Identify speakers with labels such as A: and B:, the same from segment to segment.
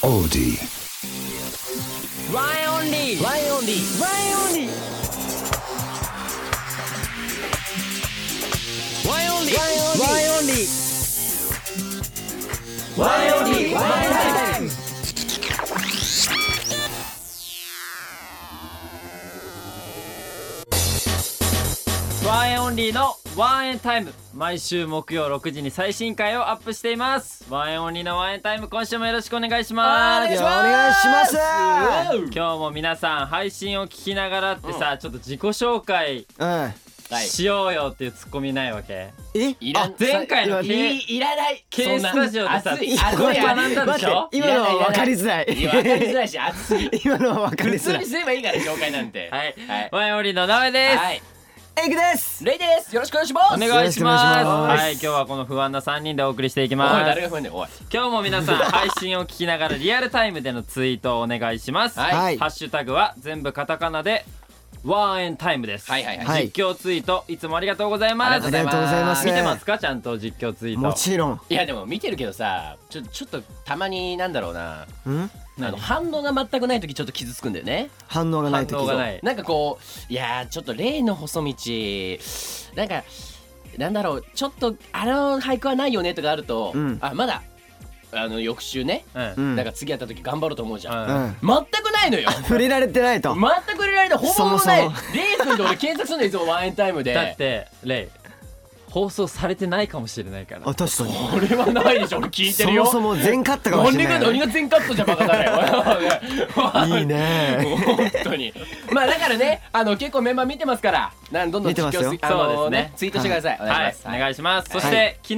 A: オーディ
B: ワンオンリーワンオンリーワンオンリーワンオンリーワンオンリーワンオンリーワンオンリーワンタイムワンエンオンリーのワンエンタイム毎週木曜6時に最新回をアップしていますワンエンオンリーのワンエンタイム今週もよろしくお願いします
C: お願いします
B: 今日も皆さん配信を聞きながらってさ、ちょっと自己紹介
C: うん
B: しようよっていうツッコミないわけ
C: え
D: いら
B: あ前回の
C: いや
B: 経
D: いいらない。
B: 経スタジオでさ
D: 熱い、
B: こ
D: 熱
B: れ
D: い、
B: 学んだでしょ
C: 待って今のは分かりづら
D: いやわかりづ
C: い
D: らいし、熱すぎ。
C: 今のは分かり
D: 普
C: づ
D: 通
C: ら
D: に
C: い
D: すればいいから、紹介なんて。
B: はい、
D: はい
B: ワイオリのなおです、
D: はい。
C: エグです
D: レイです。よろしくお願いします。
B: お願いします
C: よろしくお願いします
B: はい今日はこの不安な3人でお送りしていき
D: おい、
B: ま
D: 誰
B: す
D: が踏んでん、おい。
B: 今日も皆 さん配信を聞きながらリアルタイムでのツイートをお願いします、
D: はい
C: はい
B: ハッシュタグは全部カタカナでワンエンタイムです、
D: はいはいはい
C: はい
B: 実況ツイートいつもありがとうございます
D: ありがとうございます
C: あ
B: 見
C: り
B: て
C: がとうござい
B: ま
C: ます
B: すかちゃんと実況ツイート
C: もちろん
D: いや、でも、見てるけどさ、ちょ、ちょっと、たまに、なんだろうな。
C: うん
D: あの、反応が全くない時、ちょっと傷つくんだよね。
C: 反応がない時
B: 反応がない
D: なんかこう、いやー、ちょっと、例の細道。なんか。なんだろう、ちょっと、あの俳句はないよねとかあると
C: うん、
D: あ、まだ。あの、翌週ね。
B: うん
C: うん
D: なんか、次やった時、頑張ろうと思うじゃん。
B: う
C: うんん
D: 全くないのよ。
C: 触れられてないと
D: 全く入れられてほぼほぼない
C: そも
D: レイ君で俺検索するんだよいつもワンエンタイムで
B: だってレイ放送されてないかもしれないから
C: あ確かに
D: これはないでしょ俺聞いて
C: そ
D: るよ
C: もそも全カットかもしれ
D: 何が
C: ない
D: 何が全カットじゃバカだね
C: いいね
D: 本当にまあだからねあの結構メンバー見てますからなんどんどん
C: 見てますよ
D: 実況あの
B: そうですね
D: ツイートしてください、お
B: は
D: 願い
B: い
D: します、
B: お願いします、
D: はい
B: そして、昨日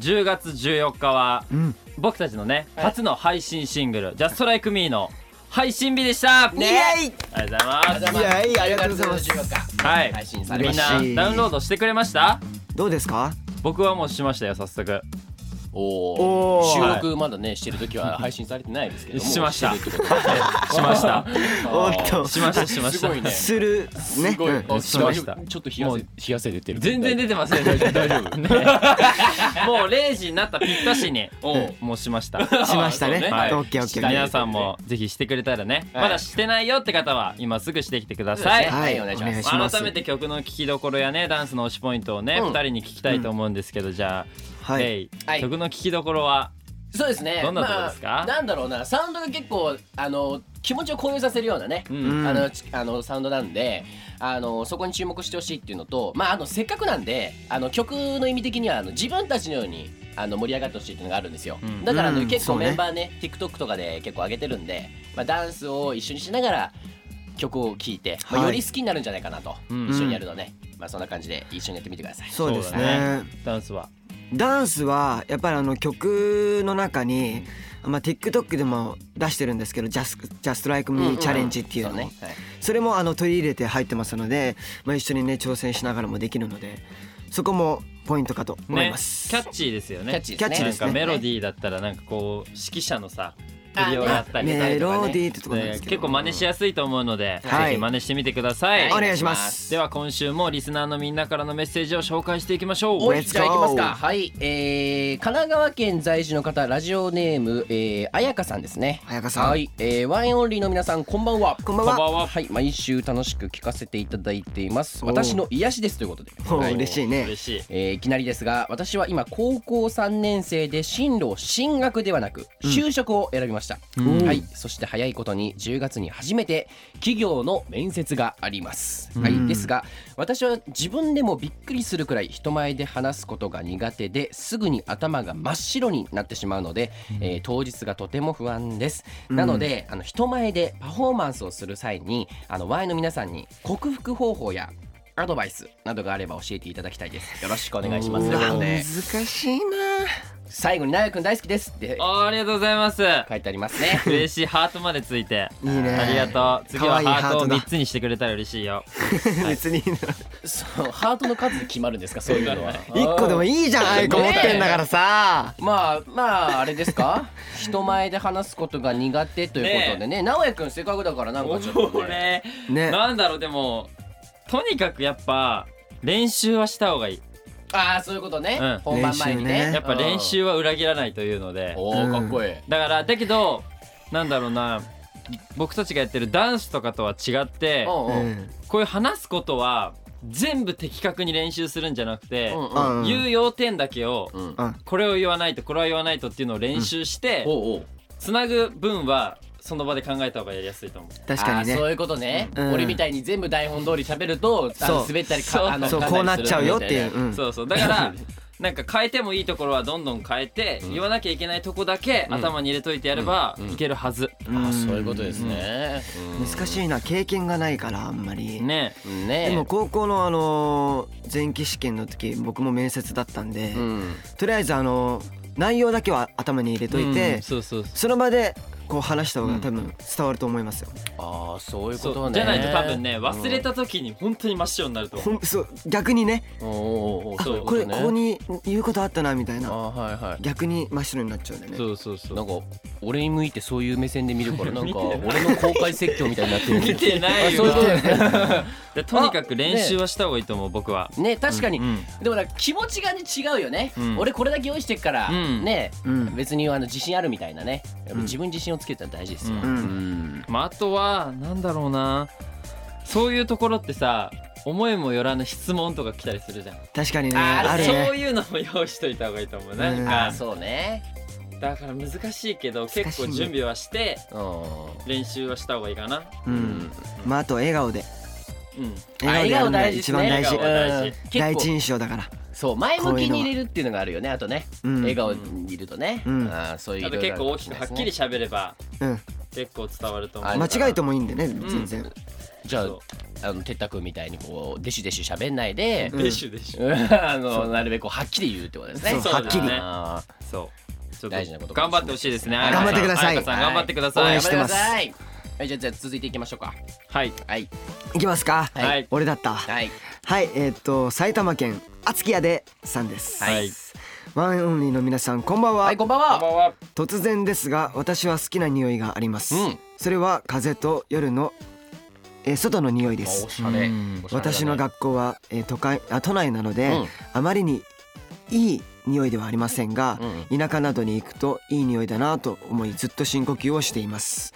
B: 10月14日は、
C: うん
B: 僕たちのね
D: はい
B: 初の配信シングル「Just Like Me」の配信日でした、
C: イ
D: ね
C: エイ
B: ありがとうございます
C: いやいやありがとうございます
D: 10月14日
B: はい
D: 配信され
B: み
D: ま
B: ん
D: した
C: 嬉しい
B: なダウンロードしてくれました
C: どうですか
B: 僕はもうしましたよ早速
D: お
C: お
D: お
C: ー
D: 収録まだねしてる時は配信されてないですけど も
B: しました
D: てるってことで
B: しました
C: おっと
B: しましたしまし
D: す
B: た
D: ごいね
C: するね
D: すごい、
C: うん
D: あ
B: しました
D: ちょっと冷や
B: もう
D: せ冷やせ出てる
B: 全然出てません
D: 大丈夫
B: ねもう0時になったぴったしに
D: おう
B: もうし ました
C: しました
D: そ
C: ね
D: うね
B: はい
C: オッケーオッケーオッケ
B: 皆
C: ー
B: さんもぜひしてくれたらね、
D: はい
B: まだしてないよって方は今すぐしてきてください、
D: そうですね
C: はい
D: は
C: お
D: い
C: 願
D: お願
C: い
D: い
C: し
D: し
C: ま
D: ますす
B: 改めて曲の聴きどころやねダンスの推しポイントをね、
D: う
B: 二
D: ん
B: 人に聞きたいと思うんですけど、じゃあ、
C: はい
B: レイ
D: はい
B: 曲の聴きどころは
D: そうですね
B: どんなとこですか
D: まあなんだろうなサウンドが結構あの気持ちを高揚させるようなね、
B: ん
D: あのちあのサウンドなんであのそこに注目してほしいっていうのと、まあ、あのせっかくなんであの曲の意味的にはあの自分たちのようにあの盛り上がってほしいっていうのがあるんですよ、
B: うん
D: だからあの、
C: うん
D: 結
C: そう
D: 構
C: ね
D: メンバーね TikTok とかで結構上げてるんで、まあ、ダンスを一緒にしながら曲を聴いて、まあ
C: は
D: よ
C: い
D: り好きになるんじゃないかなと、
B: うん
D: 一緒にやるのね、まあ、そんな感じで一緒にやってみてください。
C: そうです
B: そうだ
C: ね
B: ダンスは
C: ダンスはやっぱりあの曲の中に、まあ、TikTok でも出してるんですけど「Just, Just Like
D: うん
C: Me チャレンジ」っていうの
D: そ
C: ね、
D: はい
C: それもあの取り入れて入ってますので、まあ、一緒にね挑戦しながらもできるのでそこもポイントかと思い
B: ねキ
C: ます。
B: ャッチーですよね
D: キャッチーですね
C: キャッチーです
B: な
C: ね
B: んかメロディーだったらなんかこう指揮者のさ振りをやったりとか
C: メロディーってとこなんで
B: ね
C: すけど、
B: 結構真似しやすいと思うので、
C: はい
B: ぜひ真似してみてください、
C: お願いします
B: では今週もリスナーのみんなからのメッセージを紹介していきましょう
D: お
C: 願
D: い
C: いし
D: じ
C: ます
D: ゃあい
C: Let's go
D: きますかはいえー神奈川県在住の方ラジオネームえーあやかさんですね
C: あやかさん
D: はいえーワンエンオンリーの皆さんこんばんは
C: こんばん
B: こんば
C: は
B: んは
D: はい毎週楽しく聞かせていただいています
C: おー
D: 私の癒しですということで
C: お
D: は
C: ー 嬉しいね
B: 嬉しい
D: えーいきなりですが私は今高校3年生で進路を進学ではなく就職を選びました、
B: ん
D: はい、そして早いことに10月に初めて企業の面接があります、は
C: うん
D: い、ですが私は自分でもびっくりするくらい人前で話すことが苦手ですぐに頭が真っ白になってしまうので、えー当日がとても不安です、なのであの人前でパフォーマンスをする際にあの Y の皆さんに克服方法やアドバイスなどがあれば教えていただきたいですよろしくお願いします
B: う
D: と
B: わ
D: いうこと
C: 難
D: で
C: しいな
D: 最後に「なやくん大好きです」って
B: あありがとうございます
D: 書いてありますね
B: 嬉しいハートまでついて
C: いいね
B: ありがとう次
C: 可
B: は
C: 愛いハー
B: ハートを
C: トだ
B: 3つにしてくれたら嬉しいよ
C: 別にいいな
D: そうハートの数で決まるんですかそういうのは
C: 一個でもいいじゃんあいこ持ってんだからさ
D: まあまああれですか 人前で話すことが苦手ということでね直哉くんせっかくだからなんかちょっとね
B: 俺
C: ね
B: なんだろうでもとにかくやっぱ練習はした方がいい
D: ああそういうことね、
B: うん
D: 本番前にね
C: 練習ね
B: やっぱ練習は裏切らないというので
D: うんおおかっこいい、
B: だからだけどなんだろうな僕たちがやってるダンスとかとは違って
D: おうおう
C: うん
B: こういう話すことは全部的確に練習するんじゃなくて、
D: うん
C: うん
B: 言う要点だけを
D: うん
C: うん
B: これを言わないとこれは言わないとっていうのを練習して、
D: おうおう
B: つなぐ分はその場で考えた方がやりやすいと思う。
C: 確かに
D: あーそ
C: ね
D: ういうことね、
C: うん
D: 俺みたいに全部台本通り喋るとあの
C: そう
D: 滑ったり
B: そう
D: かあの
C: そう
D: 噛ん
C: こう
D: だ
C: な
D: り
C: っ
D: す
C: ち
D: る
C: ゃうよっていう、うん
B: そうそうだから なんか変えてもいいところはどんどん変えて、言わなきゃいけないとこだけ
D: うん
B: 頭に入れといてやれば
D: うん
B: いけるはず、
D: みたいなあーそういうことですね、うん
C: 難しいな経験がないからあんまり、
B: ね
D: ねえ
C: でも高校のあの前期試験の時僕も面接だったんで、
D: うん
C: とりあえずあの内容だけは頭に入れといて、
B: うんそうそうそう
C: その場でこう話した方が多分伝わると思いますよ、
D: ああそういう
B: そ
D: こ
B: う
D: とね
B: じゃないと多分ね忘れ、た時に本当に真っ白になると
C: ほ
B: 思うん
C: そう逆にね
D: うん、おうおうおう
C: あ
D: そういう
C: これ
D: とね
C: ここに言うことあったなみたい
D: あ
C: な
D: ーはいはい
C: 逆に真っ白になっちゃうんだよね
B: そうそうそう
D: なんか俺に向いてそういう目線で見 るからなん
B: 見
D: か
B: てない
D: 俺の公開説教みたいになってる
B: 見てない
D: あ そ
B: よ
D: ういうことですね
B: でとにかく練習はした方がいいと思う僕は。
D: ね確かに、
B: うん
D: でもなんか気持ちがね違うよね、
B: うん
D: 俺これだけ用意してっから、
B: うん
D: ね
C: うん
D: 別にあの自信あるみたいなね、
C: うん
D: 自分自信をつけたら大事ですよ、
B: う
C: うん
D: ん
B: まあ、あとはなんだろうなそういうところってさ思いもよらぬ質問とか来たりするじゃん、
C: 確かにね
D: あ
C: あ
D: ー
C: る
B: そう
C: ね
B: いうのも用意しといた方がいいと思う、
C: ん
B: なん
D: あ
B: か
D: ーそうね
B: だから難しいけど
C: しいね
B: 結構準備はして
D: うん
B: 練習はした方がいいかな
C: う
D: うんん
C: まああと笑顔で
B: うん
C: 笑顔でやるのが一番大
B: あ笑
C: 事
B: 顔大事
D: うん
C: 第一
D: 結構
C: 印象だから
D: そう前向きに入れるっていうのがあるよねあとね、
C: うん
D: 笑顔にいるとね、
C: うん
D: あーそういう
B: あと結構大きくはっきり
D: し
B: 喋れば
C: うん
B: 結構伝わると思う
D: あ
B: から
C: 間違えてもいいんでね
B: ん
C: 全然
D: じゃ
B: そう
D: ああの哲太君みたいにこうデシデシ喋んないで、
C: うん
B: でしゅでしゅ、
D: あのなるべくこうはっきり言うってことですね
C: そう
B: そうですねはっきり
D: あー
B: そうちょ
D: 大事なこと
B: っと
D: かも
B: 頑
D: しれない
B: 張ってほしいですね
D: はい
C: 頑張ってください
B: あかさん頑張ってくだ
C: 応
B: さい
C: 援してます
D: 頑張ってくださいはいじゃあじゃあ続いていきましょうか
B: はい
D: はい
C: いきますか
B: はい
C: 俺だったわ
D: はい
C: はいえーっと埼玉県厚木屋でさんです
B: はい
C: ワンオンリーの皆さんこんばんは
D: はいこんばん
B: こんば
D: は
B: んは
C: 突然ですが私は好きな匂いがあります、
D: うん
C: それは風と夜の、えー外の匂いです
D: しゃれ
B: うん
D: おしゃれだね
C: 私の学校は、えー都会あ都内なので、
D: うん
C: あまりにいい匂いではありませんが、田舎などに行くといい匂いだなと思いずっと深呼吸をしています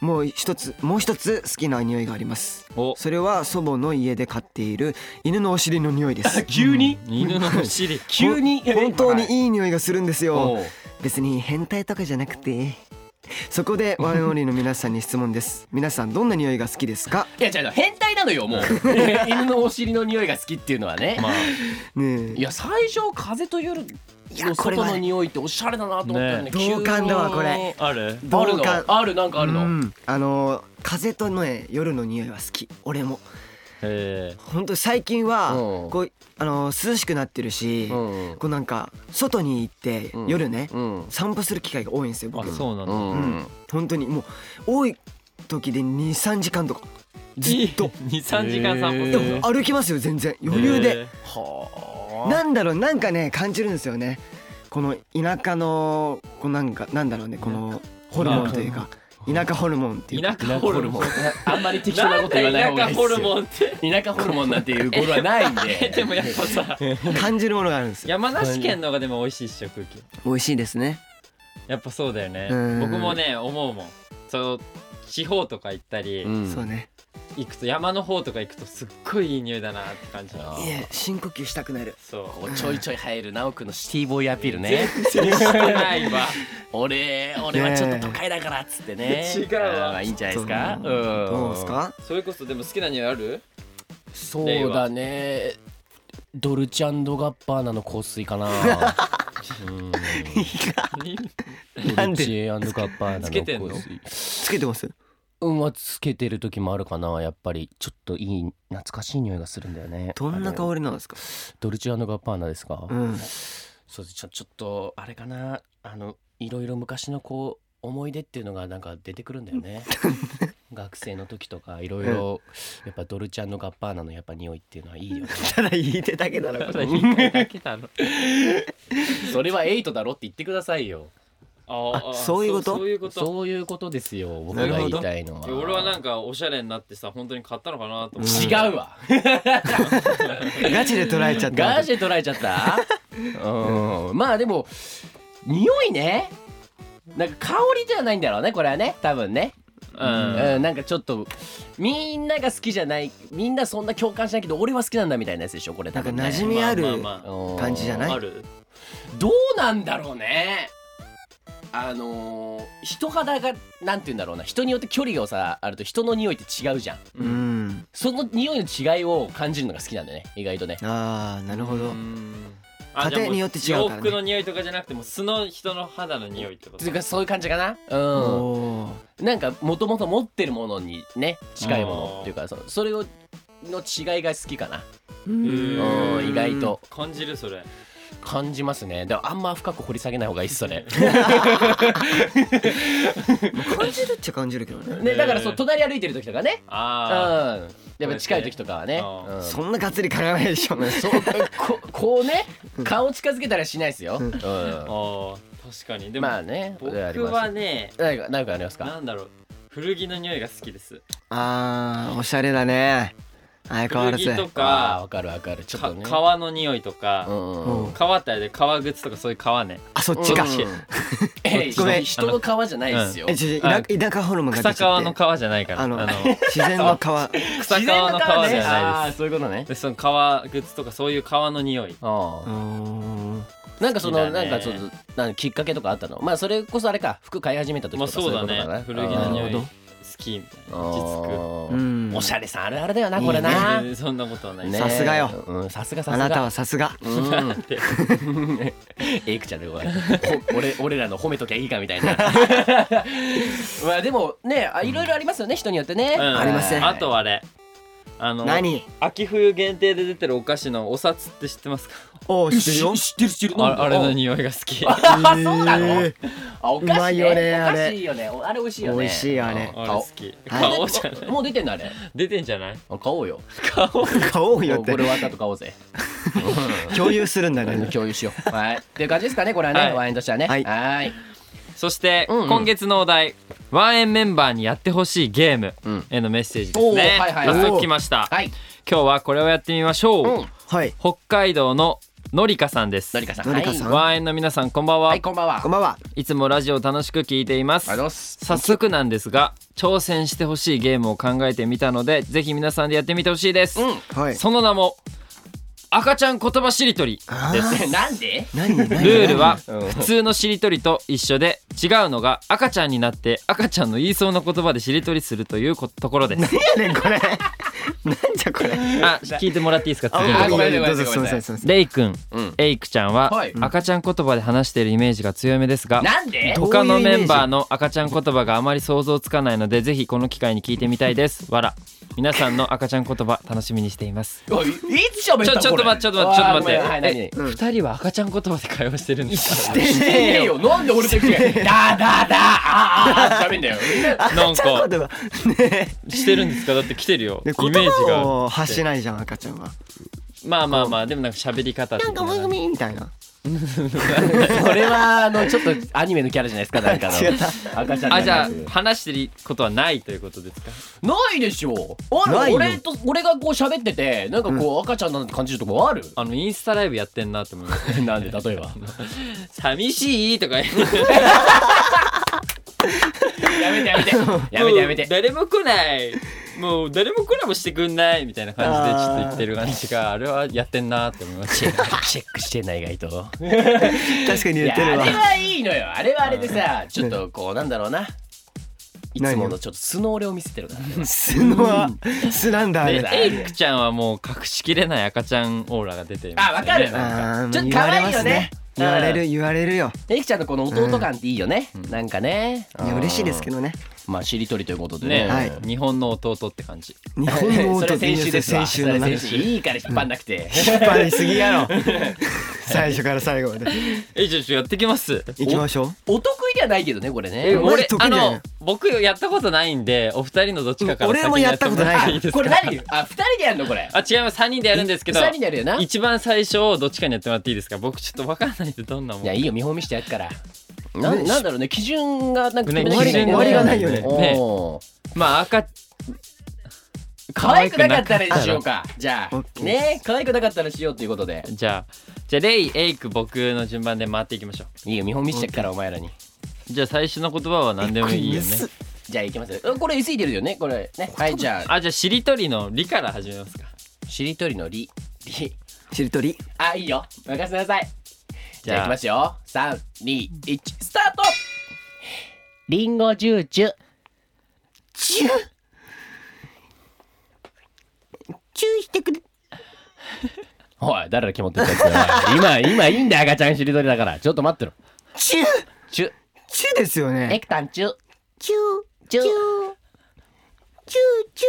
C: もう一つもう一つ好きな匂いがあります
B: お
C: それは祖母の家で飼っている犬のお尻の匂いです
D: 急に
B: 犬のお 尻
D: 急に
C: ほん 本当に
D: い
C: いい匂いがするんですよ
D: おう
C: 別に変態とかじゃなくてそこでワンオンリーの皆さんに質問です皆さんどんな匂いが好きですか
D: いや違う違う変態なのよもう 犬のお尻の匂いが好きっていうのはね
B: まあ
C: ね
D: い
C: え
D: や最初風と夜
C: いや
D: の
C: これは
D: 外
C: ね
D: の匂いっておしゃれだなと思ったんだ
B: ね
D: けど急に
C: 同感だわこれ
B: ある
D: ある
C: 同感
D: のあるなんかあるの、
C: うんあの風とね夜の匂いは好き俺も
B: え
C: 本当最近は
D: うん
C: こうあの涼しくなってるし、
D: うん
C: こうなんか外に行って
D: うん
C: 夜ね、
D: うん
C: 散歩する機会が多いんですよ
B: ー、あ
C: 僕
B: そうなんだ、
D: うん
C: うん本当にもう多い時で23時間とかずっと、
B: 23時間散歩
D: へ
B: す
C: で
B: る
C: も歩きますよ全然余裕で、
D: は
C: なんだろうなんかね感じるんですよねこの田舎のこうなんかなんだろうねこのホルモンというか田舎ホルモンって
B: え
C: いうか
B: ー、田舎ホルモン
D: あんまり適当なこと言わない方がいい
B: んで田
D: ですよ
B: 舎ホルモンって
D: 田舎ホルモンなんていう語呂はないん
B: で
D: で
B: もやっぱさ
C: 感じるものがあるんですよ
B: 山梨県の方がでも美味しいっしょ空気
C: 美味しいですね
B: やっぱそうだよね
C: うん
B: 僕もね思うもんそう地方とか行ったり、
D: ん
C: そうね
B: 行くと山の方とか行くとすっごいいい匂いだなって感じ
D: あ
B: の
D: ー
C: いや深呼吸したく なる
B: そ
D: こうちょいちょい入る直くんのシティボーイアピール
B: う
D: ね
B: 全然してないわ
D: 俺俺はちょっと都会だからっつってね
B: ねえ違うわ
D: あーいいんじゃないですか
C: そうどうですか
B: それこそでも好きな匂いあ る
D: そうだねドルチアンドガッパーナの香水かなうんド
C: なん
D: ル
C: で
D: チアンドガッパーナ
B: つけてん
D: の
B: の
D: 香水
C: つけてます
D: うんはつけてる時もあるかなやっぱりちょっといい懐かしい匂いがするんだよね
C: どんな
D: あの
C: 香りなんですか
D: ドルチアンドガッパーナですか、
C: うん
D: そうですちょちょっとあれかなあのいろいろ昔のこう思い出っていうのがなんか出てくるんだよ ね学生の時とかいろいろやっぱドルチアンドガッパーナのやっぱ匂いっていうのはいい よね
C: ただ言いてだけだろこ れ
B: だけだろ
D: それはエイトだろって言ってくださいよ
B: あ
C: あそういうこと
B: そういうこと
D: そういうことですよ僕
C: な
D: が
C: る
D: 言
C: ほ
D: い
C: ど
D: たいのはい
B: や俺はなんかおしゃれになってさ本当に買ったのかなと思って
C: 違
D: 違うわ
C: ガチで捉えちゃった
D: ガーシで 捉えちゃったうんまあでも匂いねなんか香りじゃないんだろうねこれはね多分ね
B: うん
D: うん、なんかちょっとみんなが好きじゃないみんなそんな共感しないけど俺は好きなんだみたいなやつでしょこれ多
C: なんか
D: 分、ね、
C: 馴染みある
B: まあまあま
D: うん
C: 感じじゃない
B: ある
D: どうなんだろうねあのー人肌がなんて言うんだろうな人によって距離がさあると人の匂いって違うじゃん
C: うん
D: その匂いの違いを感じるのが好きなんだよね意外とね
C: ああなるほど
B: あ
C: 家庭によって
B: じ
C: 違うからね
B: ゃあも洋服の匂いとかじゃなくても素の人の肌の匂いってこと
D: つうかそういう感じかなう
C: おー
D: んなんかもともと持ってるものにね近いものっていうかそそれをの違いが好きかな
B: うん
D: うん意外と
B: 感じるそれ
D: 感じますねだからあんま深く掘り下げない方がいいっすそ れ
C: 感じるっちゃ感じるけどね
D: ねだからそう隣歩いてる時とかねうん
B: あ
D: やっぱ近い時とかはね
B: そうですね
D: うん
C: そんながっつり考えないでしょ
D: そうこ こうね顔近づけたらしないですよ。
B: ー
D: う
B: あー確かにで
D: ん、
B: も、
D: まあね
B: 僕
D: あります
B: はね
D: 何か何かありますか
B: なんだろう古着の匂いが好きです
C: あーおしゃれだね相変わ
B: 古
C: らず
B: 着と
D: あー
B: か
D: わかるわかるちょっ
B: か
D: とね。
B: 革の匂いと
D: う
B: か、
D: んうんうん
C: うん
B: 革ってあれで革靴とかそういう革ね
C: あそっちか、
D: うんえい
C: ごめん
D: 人の皮じゃないですよ
C: え。ちょちょ
B: あ
C: 田田舎ホルモンが出ち
B: 草
C: ゃって
B: 革の革じゃないから
C: あの自然の川
B: 草革の革じゃ
D: あ
B: ない
D: あー
B: です
D: そういうことね。
B: でその革靴とかそういう革の匂い
D: あ
C: うーん
D: ーなんかその、
B: 好きだ
D: なん
B: ね
D: かちょっとなんかきっかけとかあったのまあそれこそあれか服買い始めた時と
B: まあ
D: か
B: そうだ
D: いこと
B: ね
D: か
B: 古着
C: な
B: の匂い
C: なるほ
B: 好
C: ど
B: きみたい
D: あ
B: な
D: ー
B: 落ち着く
C: うん
D: おしゃれさんあるあるだよなこれな。
B: えーそんなことはない
D: ね
C: さすがよ
D: うんさすがさ
C: あ
D: すが。
C: なたはさすが
D: うんえいくちゃんでごめんほ 俺俺らの褒めときゃいいかみたい なまあでもねあいろいろありますよね人によってね、
B: うん
C: ありません
B: あとはあれあの
C: 何
B: 秋冬限定で出てるお菓子のお札って知ってますか
C: おお
D: 知
C: 知
D: っ
C: っ
D: る
C: ててる
D: よ
C: よ
D: 知ってる知ってる
B: ああれの匂いが好きあ
D: あそうなの
C: え
D: あおかしい、ね、
C: うまいよねあ
D: お
C: れ
D: かしいよねおあれ美味しいよね
C: 美味しいよあれ
B: れ好き
C: あ
D: あ
B: 顔じゃない
D: もう出てんのあれ
B: 出てんじゃない
D: あ買おうよ
C: ー買おうよっ
D: これ
C: て
D: 終わったと買おうぜ
C: 共有するんだ
D: うん
C: ね
D: 共有しようはいっていう感じですかねこれはね、
B: はい
D: ワインとしてはね
C: はい
D: ーい
B: そして、
D: うんうん
B: 今月のお題ワンエンメンバーにやってほしいゲーム
D: うん
B: へのメッセージですね、
D: おーはいはいはい
B: 早速来ました
D: はい
B: 今日はこれをやってみましょう、
D: うん
C: はい
B: 北海道ののりかさんです
D: のりかさん
C: のりかさ
D: は
C: ん
D: い
B: ワンエンの皆さんこんばんは、
D: はいこんばんは
C: こんばんはい
B: つもラジオ楽しく聞いています
D: ありがとうございます
B: 早速なんですが挑戦してほしいゲームを考えてみたのでぜひ皆さんでやってみてほしいです、
D: うん
C: はい
B: その名も赤ちゃん言葉しりとり
C: あ
B: で
C: ー
B: す
D: なんで
C: 何何
B: ルールは
D: うん
B: 普通のしりとりと一緒で違うのが赤ちゃんになって赤ちゃんの言いそうな言葉でしりとりするということころです
C: 何やねんこれなんじゃこれ
B: あ聞いてもらっていいですか次
D: あ
B: の
D: ごめんなさい
C: どうぞ
D: ご
C: す
D: めん
C: いま
D: な
C: せ
D: さい
C: んすいません
B: レイくん
D: うん
B: エイクちゃんは
D: はい
B: 赤ちゃん言葉で話しているイメージが強めですが
D: なんで
C: どう
B: 他のメンバーの赤ちゃん言葉があまり想像つかないのでぜひこの機会に聞いてみたいですわら皆さんの赤ちゃん言葉楽しみにしています
D: おいいつ喋っ
B: ち
D: た
B: ょちょっと待ってちょっと待ってちょっと待って、
D: はい、
B: え
D: 何
C: うん
B: 二人は赤ちゃん言葉で会話してるんですか
D: してねえよなんで俺たちが「だだだあああ」喋んだ よ
B: なん
C: ちゃ
B: か
C: ん言葉ね
B: してるんですかだって来てるよイメ
C: で
B: ージ
C: 言
B: が
C: 葉を発しないじゃん赤ちゃんは
B: まあまあまあでもなんか喋り方
C: なんか番組みたいな
D: それはあのちょっとアニメのキャラじゃないですかなんかの
C: 違った
D: 赤ちゃん
B: あじ
D: な
B: ゃあ話してることはないということですか
D: いでしょあ
C: な
D: る
C: いよ
D: 俺と俺がこう喋っててなんかこう赤ちゃんなんて感じると こある
B: あのインスタライブやってんなって思います
D: なんで例えば
B: 寂しいとか言う
D: やめてやめてやめてやめ
B: もう
D: て
B: 誰も来ないもう誰もコラボしてくんないみたいな感じでちょっと言ってる感じがあれはやってんなって思いまし
D: チ
B: た
D: ェックチェックしてないがいと
C: 確か
D: い
C: に言
D: や
C: ってる
D: あ
C: わ
D: れはいいのよあれはあれでさちょっとこうなんだろうないつものちょっと素の俺を見せてるから ね
C: 素のは素なんだあれ
D: ね
B: エイクちゃんはもう隠しきれない赤ちゃんオーラが出ています
D: あわかる
C: あー
D: ちょっと
C: 言われ
D: 可愛
C: ま
D: いよ
C: す
D: ね
C: ね言われる言われるよ
D: エイキちゃんのこの弟感っていいよね、なんかね
C: いや嬉しいですけ
D: ど
C: どね
D: まあしりとりということでね
B: ね、
C: はい
B: 日本の弟って感じ
C: 日本の
D: そ
C: 音
D: れ先週ですわ
C: 先週の
D: それ
C: 話
D: 先週いいから引っ張んなくて、
C: 引っ張りすぎやろ最初から最後まで
B: えじゃあちょっとやってきます
C: 行きましょう
D: お得意ではないけどねこれ
B: え
D: ね
C: 俺
B: 俺
C: 得
B: あ
C: 意だよ
B: の僕やったことないんでお二人のどっちかから
C: 俺もやったことない
B: 先にやってもらっ
D: あ
B: ていいですか
D: これ 何あ二人でやるのこれ
B: あ違います3人でやるんですけど
D: 二人でやるよな
B: 一番最初をどっちかにやってもらっていいですか僕ちょっとわかんないんでどんなもん
D: いやいいよ見本見してやるからな
C: ね
D: なんだろうね基準がなんか決めなきゃ
C: ね
D: いけ
C: 基準が終わりがないよね
B: ね
D: おー
B: まあ赤
D: 可愛くなかったらにしようかじゃ
C: オッ
D: あ
C: ケー
D: ね可愛くなかったらしようっていうことで
B: じゃあじゃあレイエイク僕の順番で回っていきましょう
D: いいよ見本見してやるからお前らに
B: じゃあ最初の言葉は何でもいいよね
C: えこれむず
D: じゃあいきますようんこれ SE 出るよねこれねはいじゃあ
B: あじゃあしりとりの「り」から始めますか
D: しりとりのりり
C: しりとり
D: あいいよ任せなさいじゃあいきますよ321スタートりんごジュージュ
C: チューチューしてくれ
D: おい誰だ気持ってたやつだよお前今今いいんだよ赤ちゃんしりとりだからちょっと待ってろ
C: チュー
D: チュ
C: チューですよね
D: クタンチュ
C: チュー
D: チュー
C: チューチューチ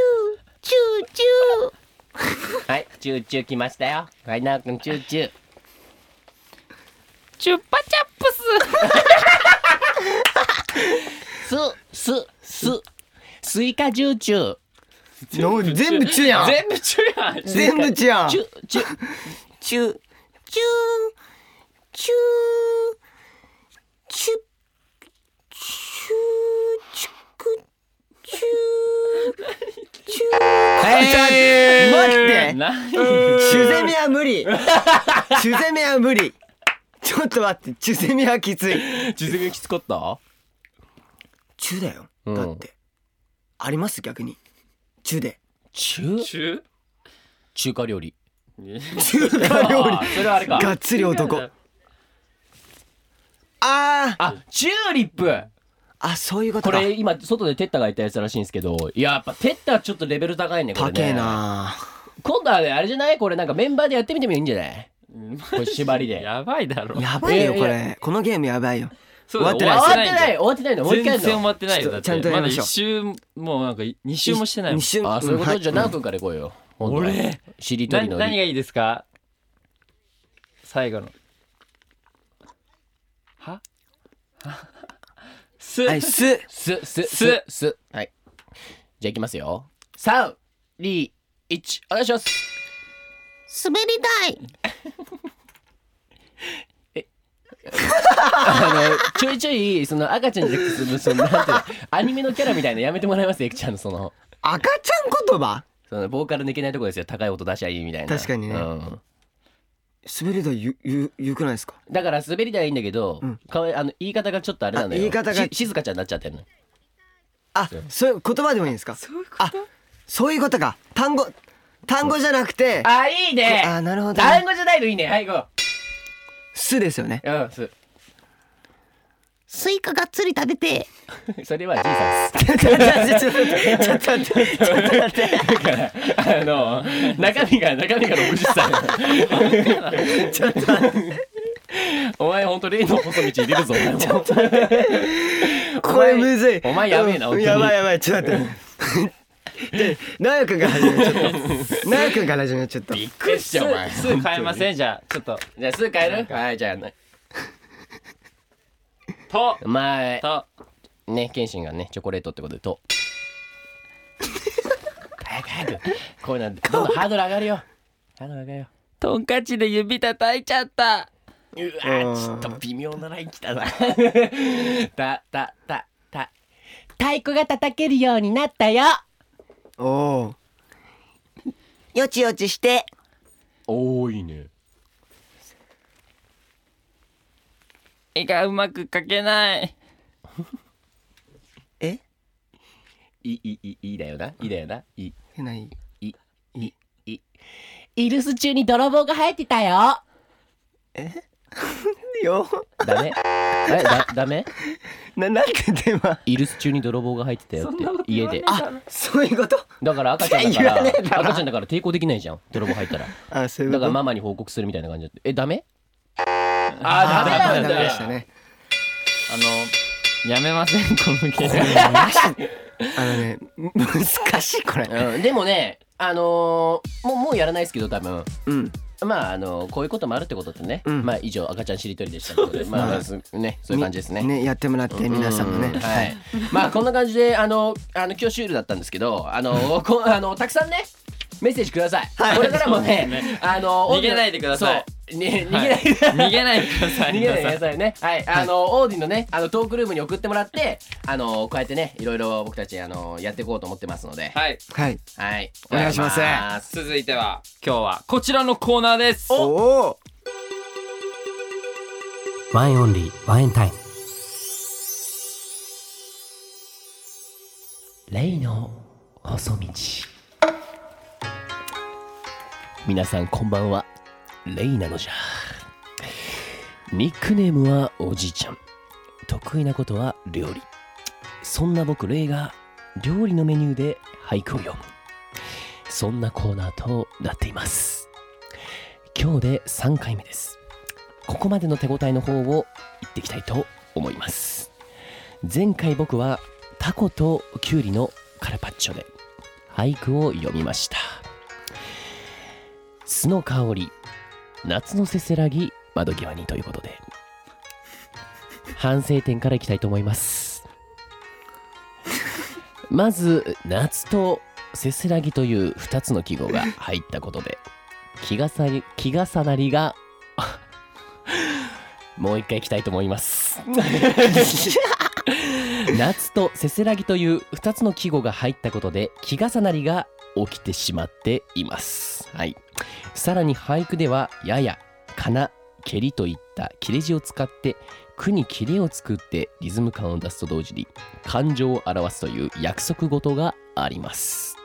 C: ューチュ ー
D: はいチューチュー来ましたよはいなおくんチューチュー
B: チュッパチャップス
D: すすすスイカジューチュー
C: の全部チューやん
B: 全部チュやん
C: 全部チューやん
D: チュチュ
C: チューチューチューチューチューチュクチューチュー
D: え
C: 待って
B: 何
C: チュゼミは無理チュゼミは無理ちょっと待ってチュゼミはきつい
D: 地図がきつかった
C: チュだよ
D: うん
C: だって、あります逆にチュで
D: 中
B: チュ
D: 中華料理
C: 中華料
B: あ
C: 理
B: それはあれか
C: がっつり男あー
D: あチューリップ
C: あそういうこと
D: こ
C: か
D: れ今外でテッタがいたやつらしいんですけどいややっぱテッタはちょっとレベル高いねこれ
C: 高
D: ね
C: えな
D: 今度はねあれじゃないこれなんかメンバーでやってみてもいいんじゃないこれ縛りで
B: やばいだろ
C: やばいよ
D: いやいや
C: これこのゲームやばいよ
B: そうだ
C: 終
D: 終
C: わ
D: わ
C: っ
D: ってて
B: ないん
D: な
B: だ
D: い
B: よ
D: 終わってないのもう一回やる
B: 全
D: の
B: 然終わってないよ
C: ちょ
B: だ
C: っ
B: って
C: とちゃんとやりましょう
B: だ一周もうなんか二周もしてないもん
C: 二瞬
D: あそういうことじゃあ
C: な
D: 奈くんから来いよ
B: 俺
D: しりと
B: な
D: り
B: 何
D: の
B: が
D: り
B: いいですか最後のははす、
C: はいす
D: すす
B: す
D: すすはいじゃあいきますよ三二一お願いします
A: 滑り台
D: あのちょいちょいその赤ちゃんじゃなくてそのそのなんていうのアニメのキャラみたいなのやめてもらえますエクちゃんのその
C: 赤ちゃん言葉
D: そのボーカル抜けないとこですよ高い音出しゃいいみたいな
C: 確かにね
D: うん
C: 滑り台ゆゆゆくないですか
D: だから滑り台はいいんだけど、かわいあの言い方がちょっとあれなのよ
C: あ言い方が
D: し静かちゃんになっちゃってるの
C: あそういう言葉でもいいんですか
B: そういうこ
C: あそういうことか単語単語じゃなくて
D: あいいね
C: あなるほど
D: 単語じゃないのいいねはい行こ
C: すですよね
D: ううんす
A: スイカがっつり食べて
D: それはじいさん
C: ちょっと待ってちょっと待って
D: だからあの中身が中身が60歳
C: ちょっと待って
D: お前ほんと例の細道入れるぞお前も
C: これむずい
D: お前やべえな
C: うん
D: 本当に
C: やばいやばいちょっと待 ってで直くんから始めようちょっと直くんから始めようちょっと
D: びっくりしちゃうお前
B: すす変えませんじゃあちょっと
D: じゃあすぐ帰るはいじゃあ
B: と
D: 前
B: と
D: ね謙信がねチョコレートってことでと早く早くこういうのどんどんハードル上がるよハードル上がるよ
B: トンカチで指叩いちゃった
D: うわーちょっと微妙なライン来たな たたたた太鼓が叩けるようになったよ
C: おお
A: よちよちして
D: おおいいね
B: 絵がうまく描けない
C: え
D: いいいいいいだよないいだよないい
C: ない
D: イルス中に泥棒が生えてたよ
C: よ
D: ダメえだダメ
C: ななんて電話
D: イルス中に泥棒が入ってたよって家で
C: あそういうこと
D: だから赤ちゃんだか
C: 言わねえだ
D: ら
C: ろ
D: 赤ちゃんだから抵抗できないじゃん泥棒入ったら
C: あそういう
D: だ
C: こ
D: から
C: と
D: ママに報告するみたいな感じだったえダメ
B: あーダメなん
C: ダメ
B: だ
C: で
B: よ
C: したね
B: あのやめませんこのゲーム
C: あのねむ難しいこれ
D: うんでもねあのーもうもうやらないですけど多分
C: うん
D: まああのこういうこともあるってことでね、
C: うん
D: まあ以上赤ちゃんしりとりでしたのでまあ、まあすねそういう感じですね。
C: ねやってもらって皆さんも
D: う
C: ね
D: はい。まあこんな感じであのあの今日シュールだったんですけどあのこあのたくさんねメッセージください。これからもね
B: そうですね
D: あの
B: 逃げないでください。
D: そうね 逃げな
B: は
D: いい。
B: 逃げないでください
D: 逃げないでくださいね。はい、あの、オーディのね、あのトークルームに送ってもらって、あの、こうやってね、いろいろ僕たち、あの、やっていこうと思ってますので。
B: はい
C: はい
D: はい、
C: お願いします
D: お願いします
B: 続いては今日はこちらのコーナーです
C: おお
D: ワインオンリーワインタイムレイの細道皆さんこんばんはレイなのじゃニックネームはおじいちゃん得意なことは料理そんな僕レイが料理のメニューで俳句を読むそんなコーナーとなっています今日で3回目ですここまでの手応えの方を言っていきたいと思います前回僕はタコとキュウリのカルパッチョで俳句を読みました酢の香り夏のせせらぎ窓際にということで反省点からいきたいと思いますまず夏とせせらぎという2つの季語が入ったことで気がさり気がさなりがもう一回いきたいと思います 夏とせせらぎという2つの季語が入ったことで気がさなりが起きてしまっています、はい、さらに俳句ではややかな蹴りといった切れ字を使って句に切れを作ってリズム感を出すと同時に感情を表すという約束事があります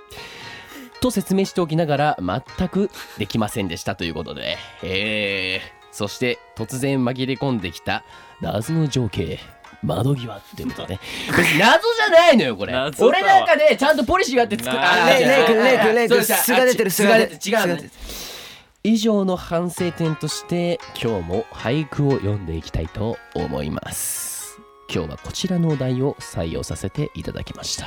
D: と説明しておきながら全くできませんでしたということで、えー、そして突然紛れ込んできた謎の情景窓際ってことね別に謎じゃないのよこれ
B: 謎だわ
D: 俺なんかねちゃんとポリシーがあって作っ
B: な
D: あ
B: レイ
D: 違う
B: レイ君
D: あ
B: レイ
C: 君レイ君
D: そうした
C: 素が出てる
D: あ
C: 素が出てる
D: 素が出てる違う以上の反省点として今日も俳句を読んでいきたいと思います今日はこちらのお題を採用させていただきました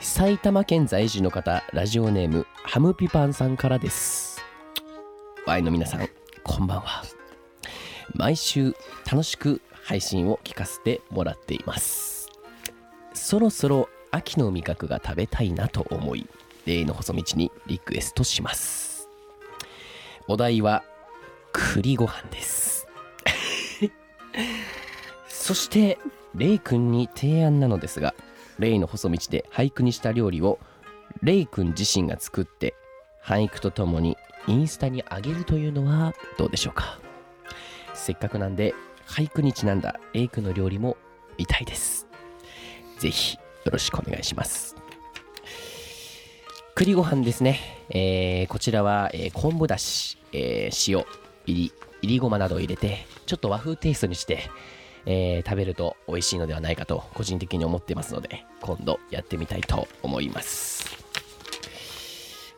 D: 埼玉県在住の方ラジオネームハムピパンさんからですワイの皆さんこんばんは毎週楽しく配信を聞かせてもらっていますそろそろ秋の味覚が食べたいなと思い例の細道にリクエストしますお題は栗ご飯です そしてレイ君に提案なのですがレイの細道で俳句にした料理をレイ君自身が作って俳句とともにインスタに上げるというのはどうでしょうかせっかくなんで俳句にちなんだレイ君の料理も見たいですぜひよろしくお願いします栗ご飯ですね、えーこちらは、えー昆布だし、えー塩入り入りごまなどを入れてちょっと和風テイストにして、えー食べると美味しいのではないかと個人的に思ってますので今度やってみたいと思います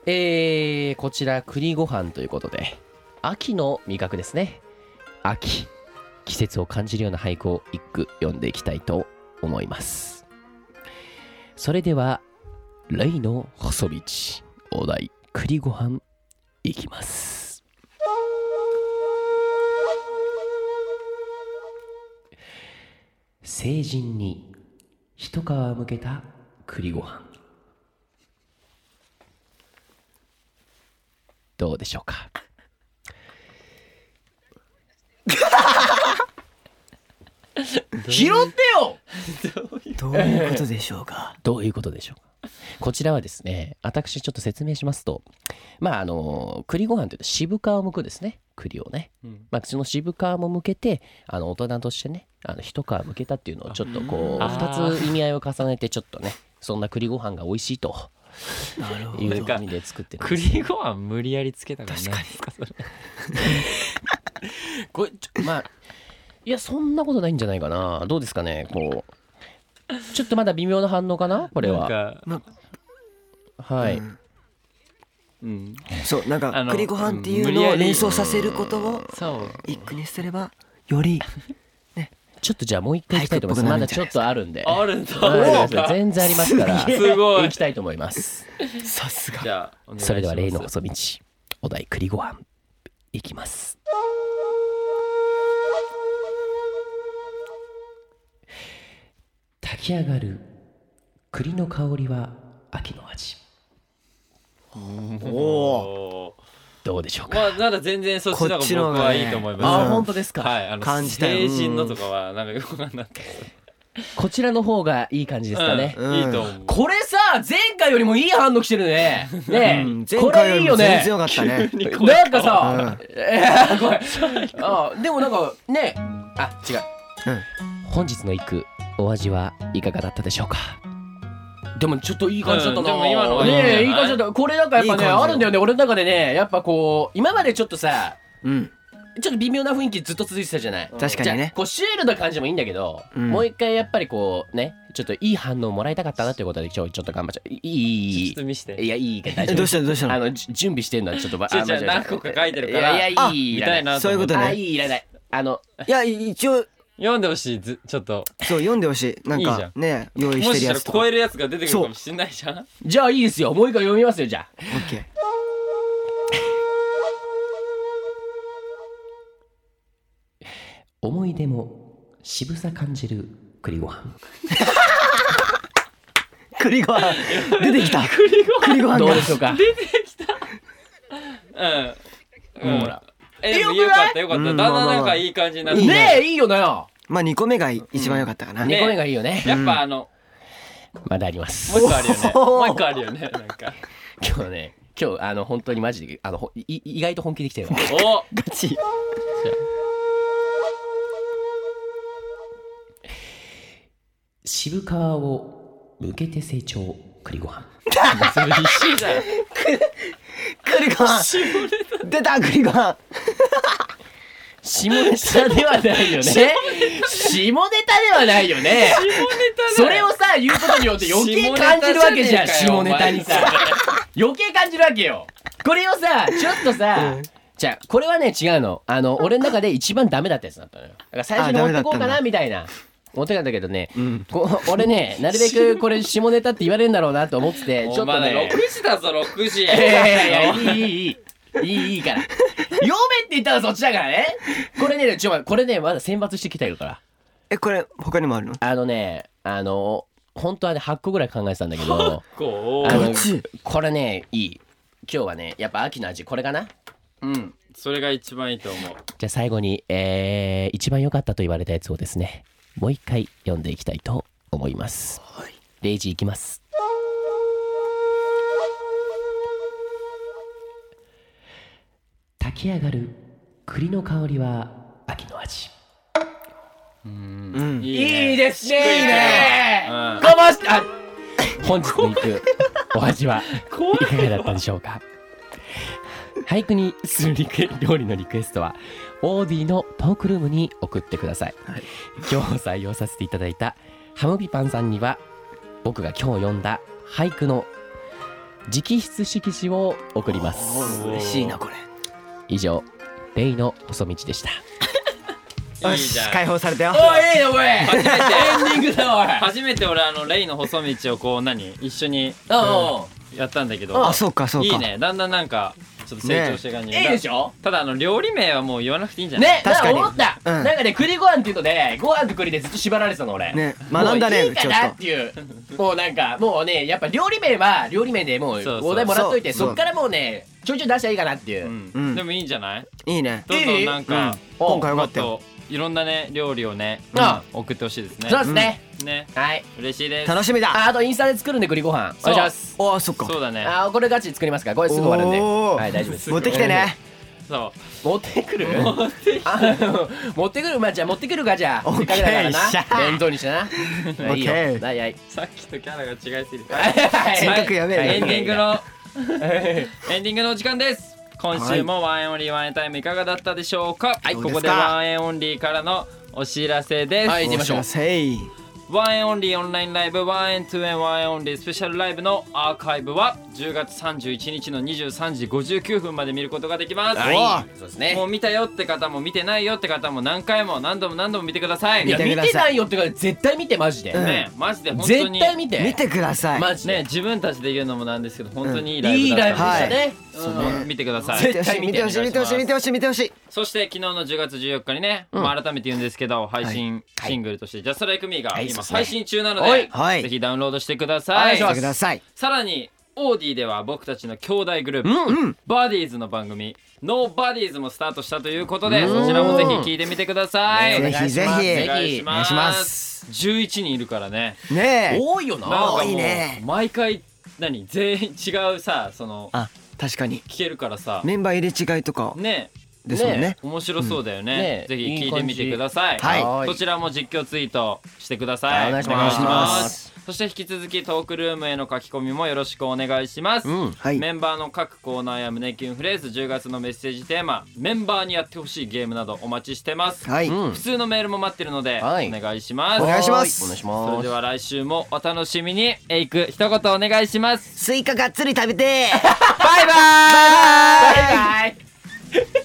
D: えーこちら栗ご飯ということで秋の味覚ですね秋季節を感じるような俳句を一句読んでいきたいと思いますそれではレイの細道お題栗ご飯いきます成人に一皮むけた栗ご飯どうでしょうか
C: 拾ってよ どういうことでしょうか
D: どういうことでしょうかこちらはですね私ちょっと説明しますとまああの栗ご飯というと渋皮を剥くですね栗をね、まあ、その渋皮も剥けてあの大人としてねあの一皮剥けたっていうのをちょっとこう
B: あ
D: 2つ意味合いを重ねてちょっとねそんな栗ご飯が美味しいと
C: なるほ
D: いう
B: なん
D: 意
B: か
D: 味で作ってるんです
B: 栗ご飯無理やりつけたから確か
D: これちょまあいやそんなことないんじゃないかなどうですかねこうちょっとまだ微妙な反応かなこれ
B: なん
D: は
B: か、
D: はい、
C: うん
B: うん、
C: そうなん
B: あ
C: か
B: の
C: 栗ご飯っていう
B: 無理
C: の
B: や
C: を
B: り
C: 連想させることを
B: そう
C: 一句にすればより
D: ちょっとじゃあもう一回いきたいと思います
C: 早
D: ま
C: く
D: だ
C: っぽく
D: ち
C: な
D: ょ
C: る
D: っとあるんで
B: あるんだ
D: はい全然ありますから
B: すごい
D: 行きたいと思います
C: さすが
B: じゃあお願いします
D: それでは例の細道お題栗ご飯いきます炊き上がる栗の香りは秋の味
B: おー
D: どうでしょうか
B: まあまだ全然そっちの
C: こっ
B: 方
C: ちの
B: が僕
C: 方がね
B: はいいと思います
C: あ本
D: 当ですか
B: はいあの
C: 感じたよ
B: 成人のとかはなんかよくわかんなかったです
D: こちらの方がいい感じですかね、
B: うん
C: うん
B: いいと思う
D: これさ前回よりもいい反応来てるねねえ、
C: うん
D: これいいよね
C: 全然良かったね
B: にこれ
D: なんかさ、えー、これあーでもなんかねあ違う、
C: うん
D: 本日の一句お味はいかがだったでしょうかでもちょっといい感じだったな、
B: うんでも今のはいいんじゃない
D: ねえいい感じだったこれなんかやっぱね
C: いい感じ
D: あるんだよね俺の中でねやっぱこう今までちょっとさ
C: うん
D: ちょっと微妙な雰囲気ずっと続いてたじゃない
C: 確かに
D: じゃあ
C: ね
D: こうシュールな感じもいいんだけど、
C: うん
D: もう一回やっぱりこうねちょっといい反応もらいたかったなということで今日ちょっと頑張っちゃういいいいい
B: ち
D: い
B: ょっと見して
D: いいやいいいいから
C: え
D: 大丈
C: どうしたのどうした
D: 夫あ
C: の
D: のじ準備してんのはちょっとば
B: ちょ
D: あ
B: ちょ
D: 間違えた
B: 何個か書いてるから
D: いやいやいいい
B: 見
D: い
B: た
D: ら
B: い
D: ない
B: なと
C: そういう
B: 思
C: こ
B: って
C: とね
D: あいいいらないあの
C: いや一応
B: 読んでほしいずちょっと
C: そう読んでほしいなん
B: いいじゃ
C: かね用意し
B: も
C: て
B: し
C: る
B: か
C: や
B: したら
C: つとか
B: 超
C: オッ
B: えるやつが出てくるかもしんないじゃ ん
D: じゃあいいですよもう一回読みますよじゃあ
C: ケー
D: 思い出も渋さ感じる栗ご飯
C: 栗ご飯出てきた栗ご飯
D: どう
C: が
D: でしょうか
B: うん、うん、
D: ほら
B: えでも
D: よくない
B: よかったよかっただ
C: うんん
B: だん
C: まあま
B: な
C: あ
B: ん
C: ま
B: か
C: あ
B: いい感じになって
C: いい
D: ね
C: ね
D: えいいよなよ
C: まあ二個目が一番良かったかな
B: ね
D: 2個目がいいよね
B: やっぱあの
D: まだあります
B: もう一個あるよね
C: おー
B: もう一個あるよねなんか
D: 今日ね今日あの本当にマジであのほいい意外と本気できてるわ
B: お
C: ガチ
D: 渋皮を向けて成長栗ご飯
B: それ必死じゃん
C: 栗ご飯出た栗ご飯
D: 下ネタではないよね下ネタではないよねそれをさ言うことによって余計感じるわけじゃん下
B: 下
D: ネ
B: ネ
D: タ
B: タ
D: に
B: に
D: さ
B: さ
D: 余計感じるわけよこれをさちょっとさ、
C: うん
D: じゃあこれはね違うのあの俺の中で一番ダメだったやつだったのよだから最初に持
C: あダ
D: っ
C: メだ
D: て
C: った
D: こ
C: ん
D: う
C: だ
D: かなみたいな持ってかんだけどね、
C: ん
D: こ俺 ねなるべくこれ下ネタって言われるんだろうなと思ってて
B: もう
D: ちょっと
B: まだ
D: ね
B: 6時だぞ6時
D: いやいやいやいいいいいいいいいいから読めって言ったらそっちだからねこれねちょっと待ってこれねまだ選抜してきてるから
C: えこれ他にもあるの
D: あのねあの本当はね8個ぐらい考えてたんだけど
B: こ
D: あ
B: う
D: の
C: ガチ
D: これねいい今日はねやっぱ秋の味これかなうん
B: それが一番いいと思う
D: じゃあ最後に、えー、一番良かったと言われたやつをですねもう一回読んでいきたいと思います、レイジいきます炊き上がる栗の香りは秋の味
C: うん
B: い
D: いいですね
B: 低い
D: いいね
B: うん
D: かましあ本日の一句お味はいかがだったでしょうか俳句にするリクエ料理のリクエストはオーディのトークルームに送ってください、今日採用させていただいたハムビパンさんには僕が今日読んだ俳句の直筆色紙を送ります
B: おー
C: 嬉しいなこれ
D: 以上レイの細道でした
B: い
C: よ
B: いじ
C: し
B: ゃん
C: 解放されたよ
D: いいよこれエ
B: 初めて
D: ンディングだおい
B: 初めて俺あのレイの細道をこう何一緒にやったんだけど
C: あそうかそうか
B: いいねだんだんなんかちょっと成長してる感じ、
D: いいでしょ
B: ただあの料理名はもう言わなくていいんじゃな
D: ね
B: い
C: 確かに
D: なん思った、
C: うん
D: なんかね栗ご飯っていうとねご飯と栗でずっと縛られてたの俺
C: ね学んだね
D: もういいかなっていうもうなんかもうねやっぱ料理名は料理名でもう
B: そうそう
D: お題もらっといて
C: そう
D: そっからもうねちょいちょい出したらいいかなっていう、
B: うん
C: うん
B: でもいいんじゃない
C: いいね
B: どんどんなんか、
D: お
C: 今回よ
B: も
C: か
B: っ
C: ったよ
B: といろんなね料理をね、
D: あ
B: 送ってほしいですね
D: そうですね、
B: ね
D: はい
B: 嬉しいです
C: 楽しみだ
D: ああとインスタで作るんで栗ご飯お願いします
C: おあそっか
B: そうだね
D: あーこれガチで作りますからこれすぐ終わるんで
C: おー
D: はい大丈夫です
C: 持ってきてね
B: そ
D: 持ってくる持って持ってくるまあじゃあ持ってくるかじゃあ
C: オ
D: せ
C: ッ
D: っ
C: ケ
D: か
C: ー
D: くだから
C: しゃ
D: な弁当にしてな
C: ー
D: いいよ
C: オッケー
D: はいはい
B: うさっきとキャラが違いすぎる
D: はい
C: 性格やべえな
B: エンディングのエンディングのお時間です今週もワンエンオンリーワンエンタイムいかがだったでしょうかはい
C: どう
B: こ
C: です
B: こ
C: か
B: でワンエンオンリーからのお知らせです、
D: はい行きましょう
C: お知らせい
B: ワンエンオンリーオンラインライブワンエンツーエンワンエンオンリースペシャルライブのアーカイブは10月31日の23時59分まで見ることができます、
D: はいそうですね
B: もう見たよって方も見てないよって方も何回も何度も何度も見てください
D: いや
C: 見て
D: 見
C: ください
D: てないよってから絶対見てマジで、
B: ねマジで本当に
D: 絶対見て
C: 見てください
D: マジ
B: ね
D: で、
B: 自分たちで言うのもなんですけど本当にいいラ
D: い
B: イ
D: い
B: ブ
D: ライ
B: だっ
D: ブ
B: た
D: で
B: ん
D: し
B: で
D: た
C: は
D: ね、
B: そう
D: うん
B: 見てください
D: 絶対
C: 見てほしい見てほしい見てほしい見てほしい
B: そして昨日の10月14日にね、まあ、改めて言うんですけど配信シングルとして「Just Like Me」が
D: はいそう
B: 今
D: ですね
B: 配信中なの
D: は
B: で
D: い、
C: はい
B: ぜひダウンロードしてくだ
D: お
B: さ
D: 願い
B: い
D: しま
C: 見て
D: す
C: ください
B: さらにオーディでは僕たちの兄弟グループ、
C: うん
B: バディーズの番組「ノーバディーズもスタートしたということでそちらもぜひ聞いてみてください、
D: ね
C: ぜひぜひ
B: お願いし
C: お願
B: ま
C: い
B: す
C: します
B: 11人いるからね
C: ねえ
D: 多いよな
B: なんか
C: 多い
B: も
C: ね
B: う毎回何全員違うさその
C: あ確かに
B: 聞けるからさ
C: メンバー入れ違いとか
B: ね
C: ですもんね
D: ね
B: 面白そうだよね,、
D: うんね
B: ぜひ聞いてみてください
C: いい感じ
D: はい
B: そちらも実況ツイートしてください
D: お願いし
C: ます
B: そして引き続きトークルームへの書き込みもよろしくお願いします、
D: うん
C: はい
B: メンバーの各コーナーや胸キュンフレーズ10月のメッセージテーマメンバーにやってほしいゲームなどお待ちしてます、
C: はい、
D: うん
B: 普通のメールも待ってるので、
D: はい
B: お願いします
C: お願いします
D: お願いし
B: それ
D: ま
B: ですは来週もお楽しみにエイク一言お願いします
A: スイカがっつり食べてー
B: バイバイバイバイ